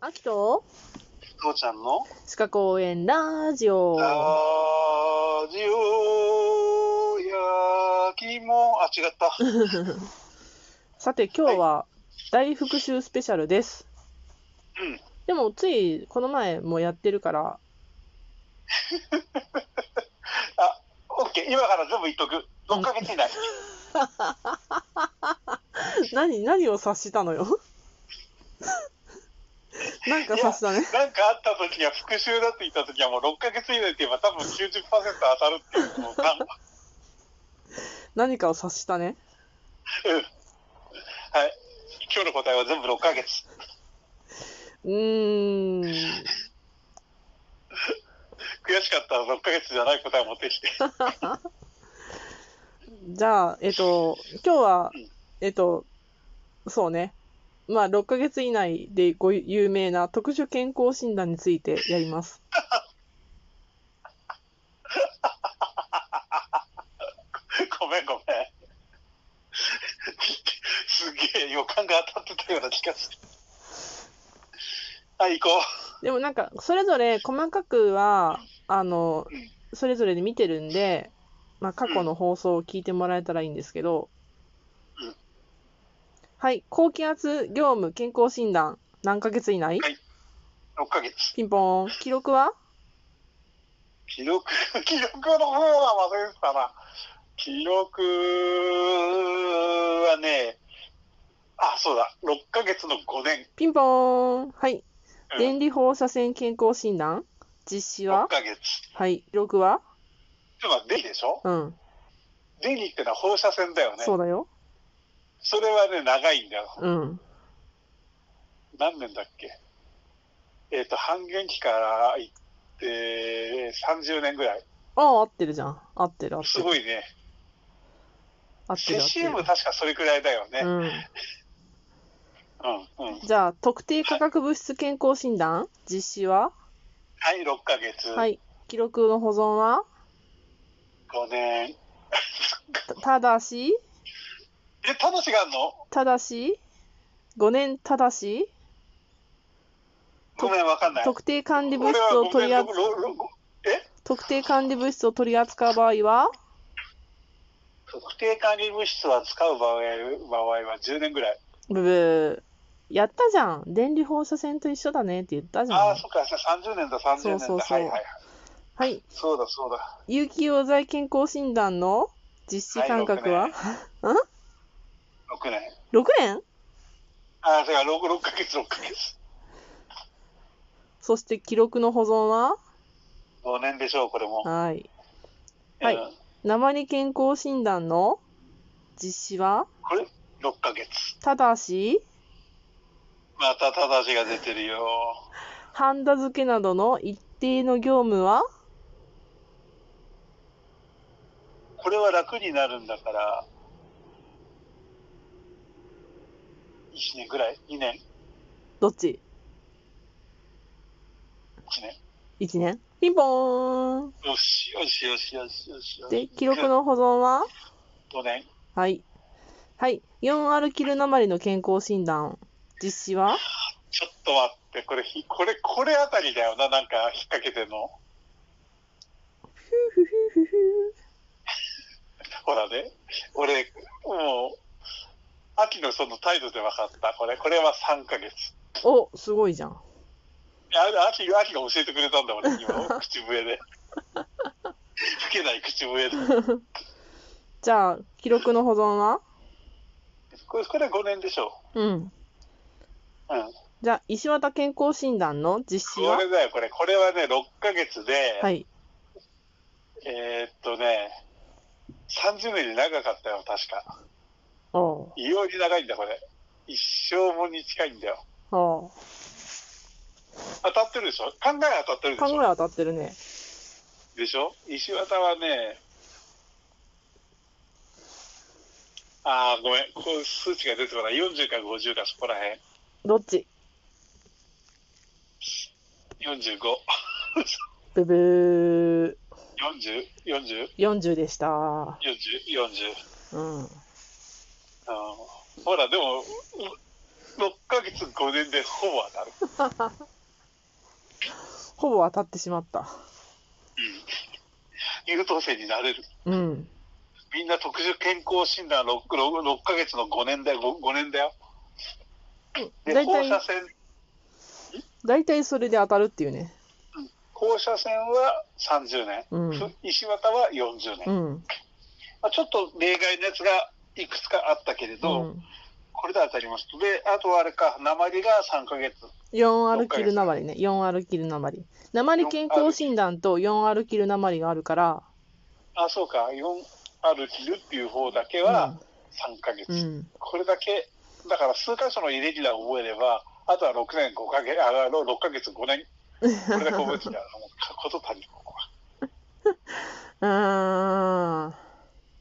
あきと父ちゃんの鹿公園ラジオ。ラジオやきも、あ、違った。さて、今日は大復習スペシャルです。うんでも、ついこの前もやってるから、あ、オッケー。今から全部言っとく。6ヶ月以内。何、何を察したのよ。なんか察したね。なんかあった時には復習だって言った時はもう6ヶ月以内って言えば多分90%当たるっていうのを感何かを察したね。うん。はい。今日の答えは全部6ヶ月。うーん。悔しかったら6ヶ月じゃない答えを持ってきて。じゃあ、えっと、今日はうん、えっと、そうね。まあ、6ヶ月以内でご有名な特殊健康診断についてやります。ごめんごめん。 すげえ予感が当たってたような気がする。はい、行こでもなんか、それぞれ細かくは、あの、それぞれで見てるんで、まあ、過去の放送を聞いてもらえたらいいんですけどうん、はい、高気圧業務健康診断、何ヶ月以内はい6ヶ月。ピンポーン。記録は記録、記録の方は忘れてたな。記録はね、あ、そうだ、6ヶ月の5年。ピンポーン。はい、うん、電離放射線健康診断、実施6はヶ月。はい、記録はつまり、電気でしょうん、電気ってのは放射線だよね。そうだよ。それはね、長いんだよ。うん。何年だっけえっ、と、半減期から行って、30年ぐらい。ああ、合ってるじゃん。合ってる、合っすてる。ごいね。合ってる、合ってる CCM 確かそれくらいだよね。うん、うん。うん、じゃあ、特定化学物質健康診断、実施は、はい、6ヶ月。はい、記録の保存は、 5年。たただし、え、ただしがあんのただし、5年ただし、ごめん、わかんない。特定管理物質を取り扱俺はごめんろろろえ特定管理物質を取り扱う場合は、特定管理物質は使う場合場合は10年ぐらい。ブブー、やったじゃん、電離放射線と一緒だねって言ったじあゃあ、ん。そっか、30年だ、30年だ。そうそうそうはいはいはい。はい、そうだ、そうだ。有機溶剤健康診断の実施間隔は、 6年。 6年ああ、それから6、6ヶ月、6ヶ月。そして記録の保存は、 5年でしょう、これも。はい、はいうん鉛健康診断の実施は、これ、6ヶ月。ただし、また、ただしが出てるよ。ハンダ付けなどの一定の業務は、これは楽になるんだから、1年ぐらい ?2 年どっち ?1 年 ?1 年ピンポーンよし、よし、よし、よし、よし。よしで、記録。の保存は5年。はい。はい。4アルキル鉛の健康診断。実施はちょっと待って、これ、ひこれ、これあたりだよな、なんか引っ掛けてんの。ふふふふほらね、俺、もう、秋のその態度で分かった、これ、これは3ヶ月。ふお、すごいじゃん。いやあ秋、秋が教えてくれたんだ、俺、 今、口笛で。吹けない口笛で。じゃあ、記録の保存はこれ、これ5年でしょうん。う。うん。じゃあ、石綿健康診断の実施こはれだよ、これ、これはね、6ヶ月で、はい。えーっとね、30年に長かったよ、確か。おう異様に長いんだ、これ。一生もんに近いんだよ。おう。当たってるでしょ考えは当たってるでし半ぐょらい当たってるね。でしょ石綿はね、ああ、ごめん、こう数値が出てこない、40か50か、そこらへん、どっち45、ブブ40、40、ー。40でした。 40、40、うん。うん、ほら、でも、う6ヶ月5年でほぼ当たる。 ほぼ当たってしまった。優等生になれる。うん。みんな特殊健康診断 6, 6, 6ヶ月の5年だよ。5, 年だよ。で、大放射体、線、大体それで当たるっていうね。放射線は30年。うんふ石綿は40年。うん。まあ、ちょっと例外のやつがいくつかあったけれうど、ん。これで当たります。で、あとはあれか、鉛が3ヶ月。 4アルキル鉛ね。4アルキル鉛。鉛健康診断と4アルキル鉛があるから、あ、そうか、4歩きるっていう方だけうんは3ヶ月。うん。これだけ、だから数箇所のイレギュラーを覚えれば、あとは6年5ヶ月、ああの6ヶ月5年、これだけ覚えてたら、もうこと足りんここあは。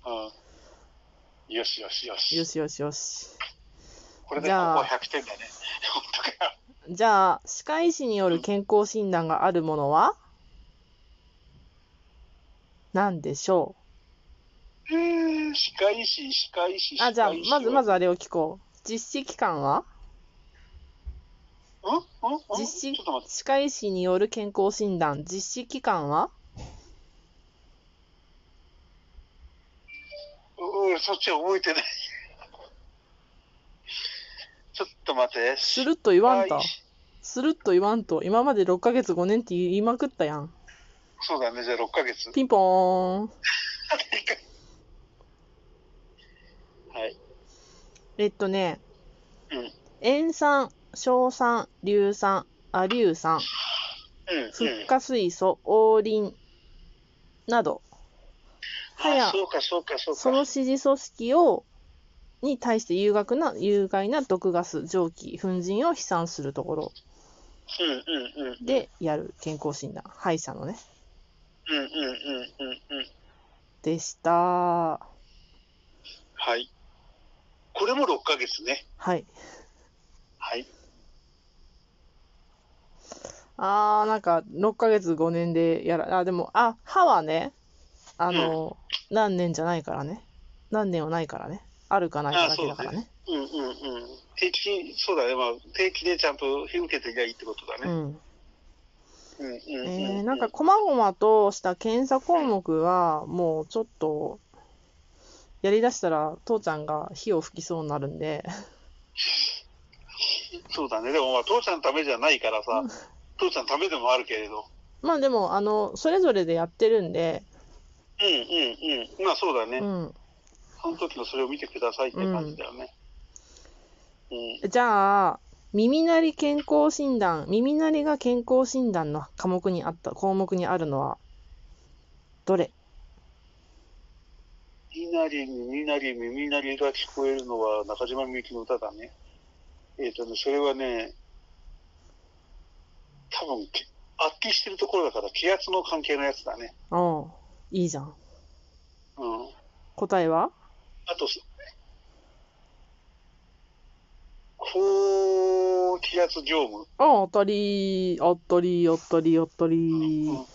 うん。よしよしよーし。よしよしよし。これでじここゃあ100点だね。本当かよ。じゃあ、歯科医師による健康診断があるものは何でしょえー歯科医師、歯科医師、うあ、じゃあ歯科医、師まず、はまず、あれを聞こう。実施期間はうんうんうん実施ちょっと待って、歯科医師による健康診断、実施期間はう俺そっちは覚えてない。ちょっと待って。するっと言わん歯と医。師するっと言わんと。今まで6ヶ月5年って言いまくったやん。そうだね、じゃあ6ヶ月。 ピンポーン。はい。えっとね、うん。塩酸、硝酸、硫酸、亜硫酸、うん。フッ化水素、黄リンなど、はやあそうか、そうか、そうか。その支持組織を、に対して有害な、有害な毒ガス、蒸気、粉塵を飛散するところうんうんうん。でやる健康診断。歯医者のね。うんうんうんうんうん。でした。はい。これも6ヶ月ね。はい。はい。あー、なんか、6ヶ月5年でやら、あ、でも、あ、歯はね、あの、何年じゃないからね。何年はないからね。あるかないかだけだからね。うんうんうん。定期に、そうだね。まあ、定期でちゃんと受けてりゃいいってことだうね。ん。うんうんううえー、なんか、、細々とした検査項目は、もうちょっと、やりだしたら、父ちゃんが火を吹きそうになるんで、 そうだね。でも、まあ、父ちゃんのためじゃないからさ、父ちゃんのためでもあるけれど。まあでも、あの、それぞれでやってるんで、うんうんうん。まあ、そうだね。うん。その時のそれを見てくださいって感じだよね。うん。じゃあ、耳鳴り健康診断、耳鳴りが健康診断の科目にあった、項目にあるのは、どれ耳鳴り、耳鳴り、耳鳴りが聞こえるのは中島みゆきの歌だね。えっ、とね、それはね、多分、け圧起してるところだから気圧の関係のやつだね。おういいじゃん。うん。答えはあと、す高気圧業務。ああ、当たり、当たり、当たり、当たうんうりん。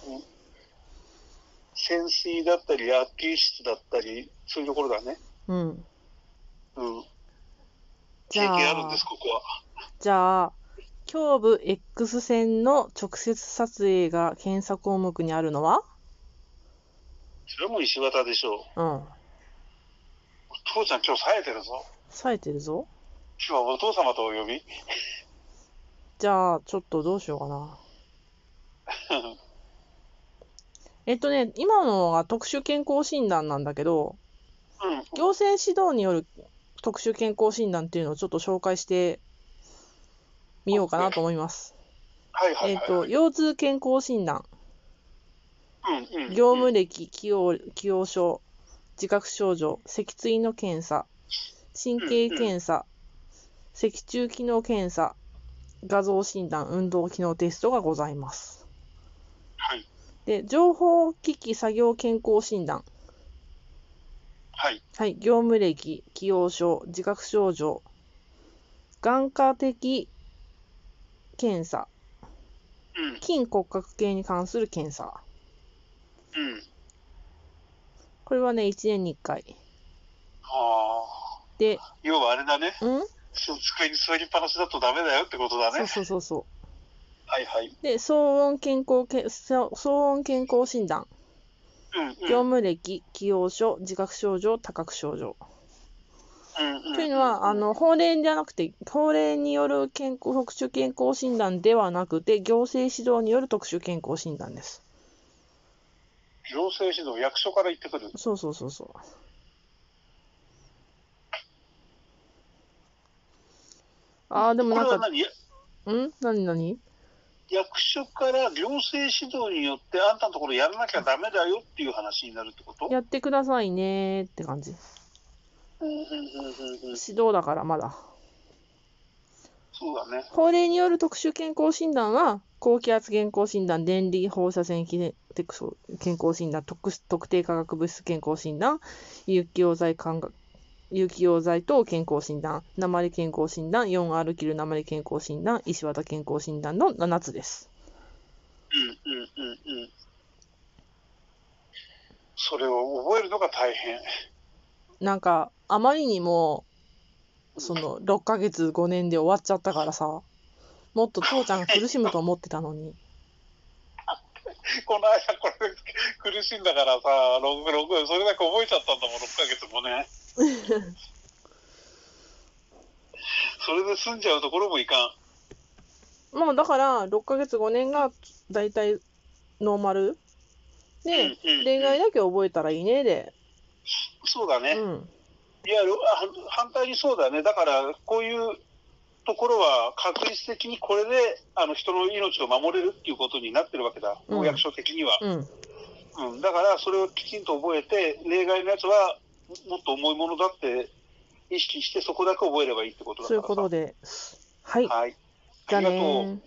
潜水だったり、圧起室だったり、そういうところだね。うん。うん。じ経ゃあ験あるんです、ここは。じゃあ、胸部 X 線の直接撮影が検査項目にあるのはそれはもう石綿でしょう。うん。父ちゃん今日冴えてるぞ。冴えてるぞ。今日はお父様とお呼びじゃあ、ちょっとどうしようかな。 えっとね、今のは特殊健康診断なんだけど、うん。行政指導による特殊健康診断っていうのをちょっと紹介してみようかなと思います。はいはいはい。えっと、腰痛健康診断、うんうん、業う務ん歴、既往既往症、自覚症状、脊椎の検査、神経検査、脊柱機能検査、画像診断、運動機能テストがございます。はい。で、情報機器作業健康診断、はい。はい、業務歴、既往症、自覚症状、眼科的検査、うん筋骨格系に関する検査。うん。これはね、1年に1回。ああ。で、要はあれだね。うんそう机に座りっぱなしだとダメだよってことだそうね。そうそうそはいはい。う。で、騒音健康け、騒音健康診断。うん業うん。務歴、既往症、自覚症状、多覚症状。うんんというのは、あ、の、法令じゃなくて、法令による健康、特殊健康診断ではなくて、行政指導による特殊健康診断です。行政指導、役所から行ってくる。そうそうそうそう。ああ、でもこなれんはか、何やん何何役所から行政指導によって、あんたのところやらなきゃダメだよっていう話になるってことやってくださいねーって感じ。うんうんうんうんうん。指導だからまだ。そうだね。法令による特殊健康診断は、高気圧健康診断、電離放射線健康診断、特殊特定化学物質健康診断、有機溶剤感覚有機溶剤等健康診断、鉛健康診断、4R キル鉛健康診断、石綿健康診断の7つです。うんうんうんうん。それを覚えるのが大変。 なんか、あまりにも、その、6ヶ月、5年で終わっちゃったからさ、もっと父ちゃんが苦しむと思ってたのに。この間これで苦しんだからさ、6、6、それだけ覚えちゃったんだもん、6ヶ月もね。 それで済んじゃうところもいかん。まあだから6ヶ月5年が大体ノーマルうでんうんうん例外だけ覚えたらいいねで、そうだね。うん、いや、ろあ反対にそうだね。だから、こういうところは確率的にこれで、あの、人の命を守れるっていうことになってるわけだ。うんお役所的には。うん、うん、だからそれをきちんと覚えて、例外のやつはもっと重いものだって意識して、そこだけ覚えればいいってことだそういからうことで。です。はい、はい。じゃあねありがとうー。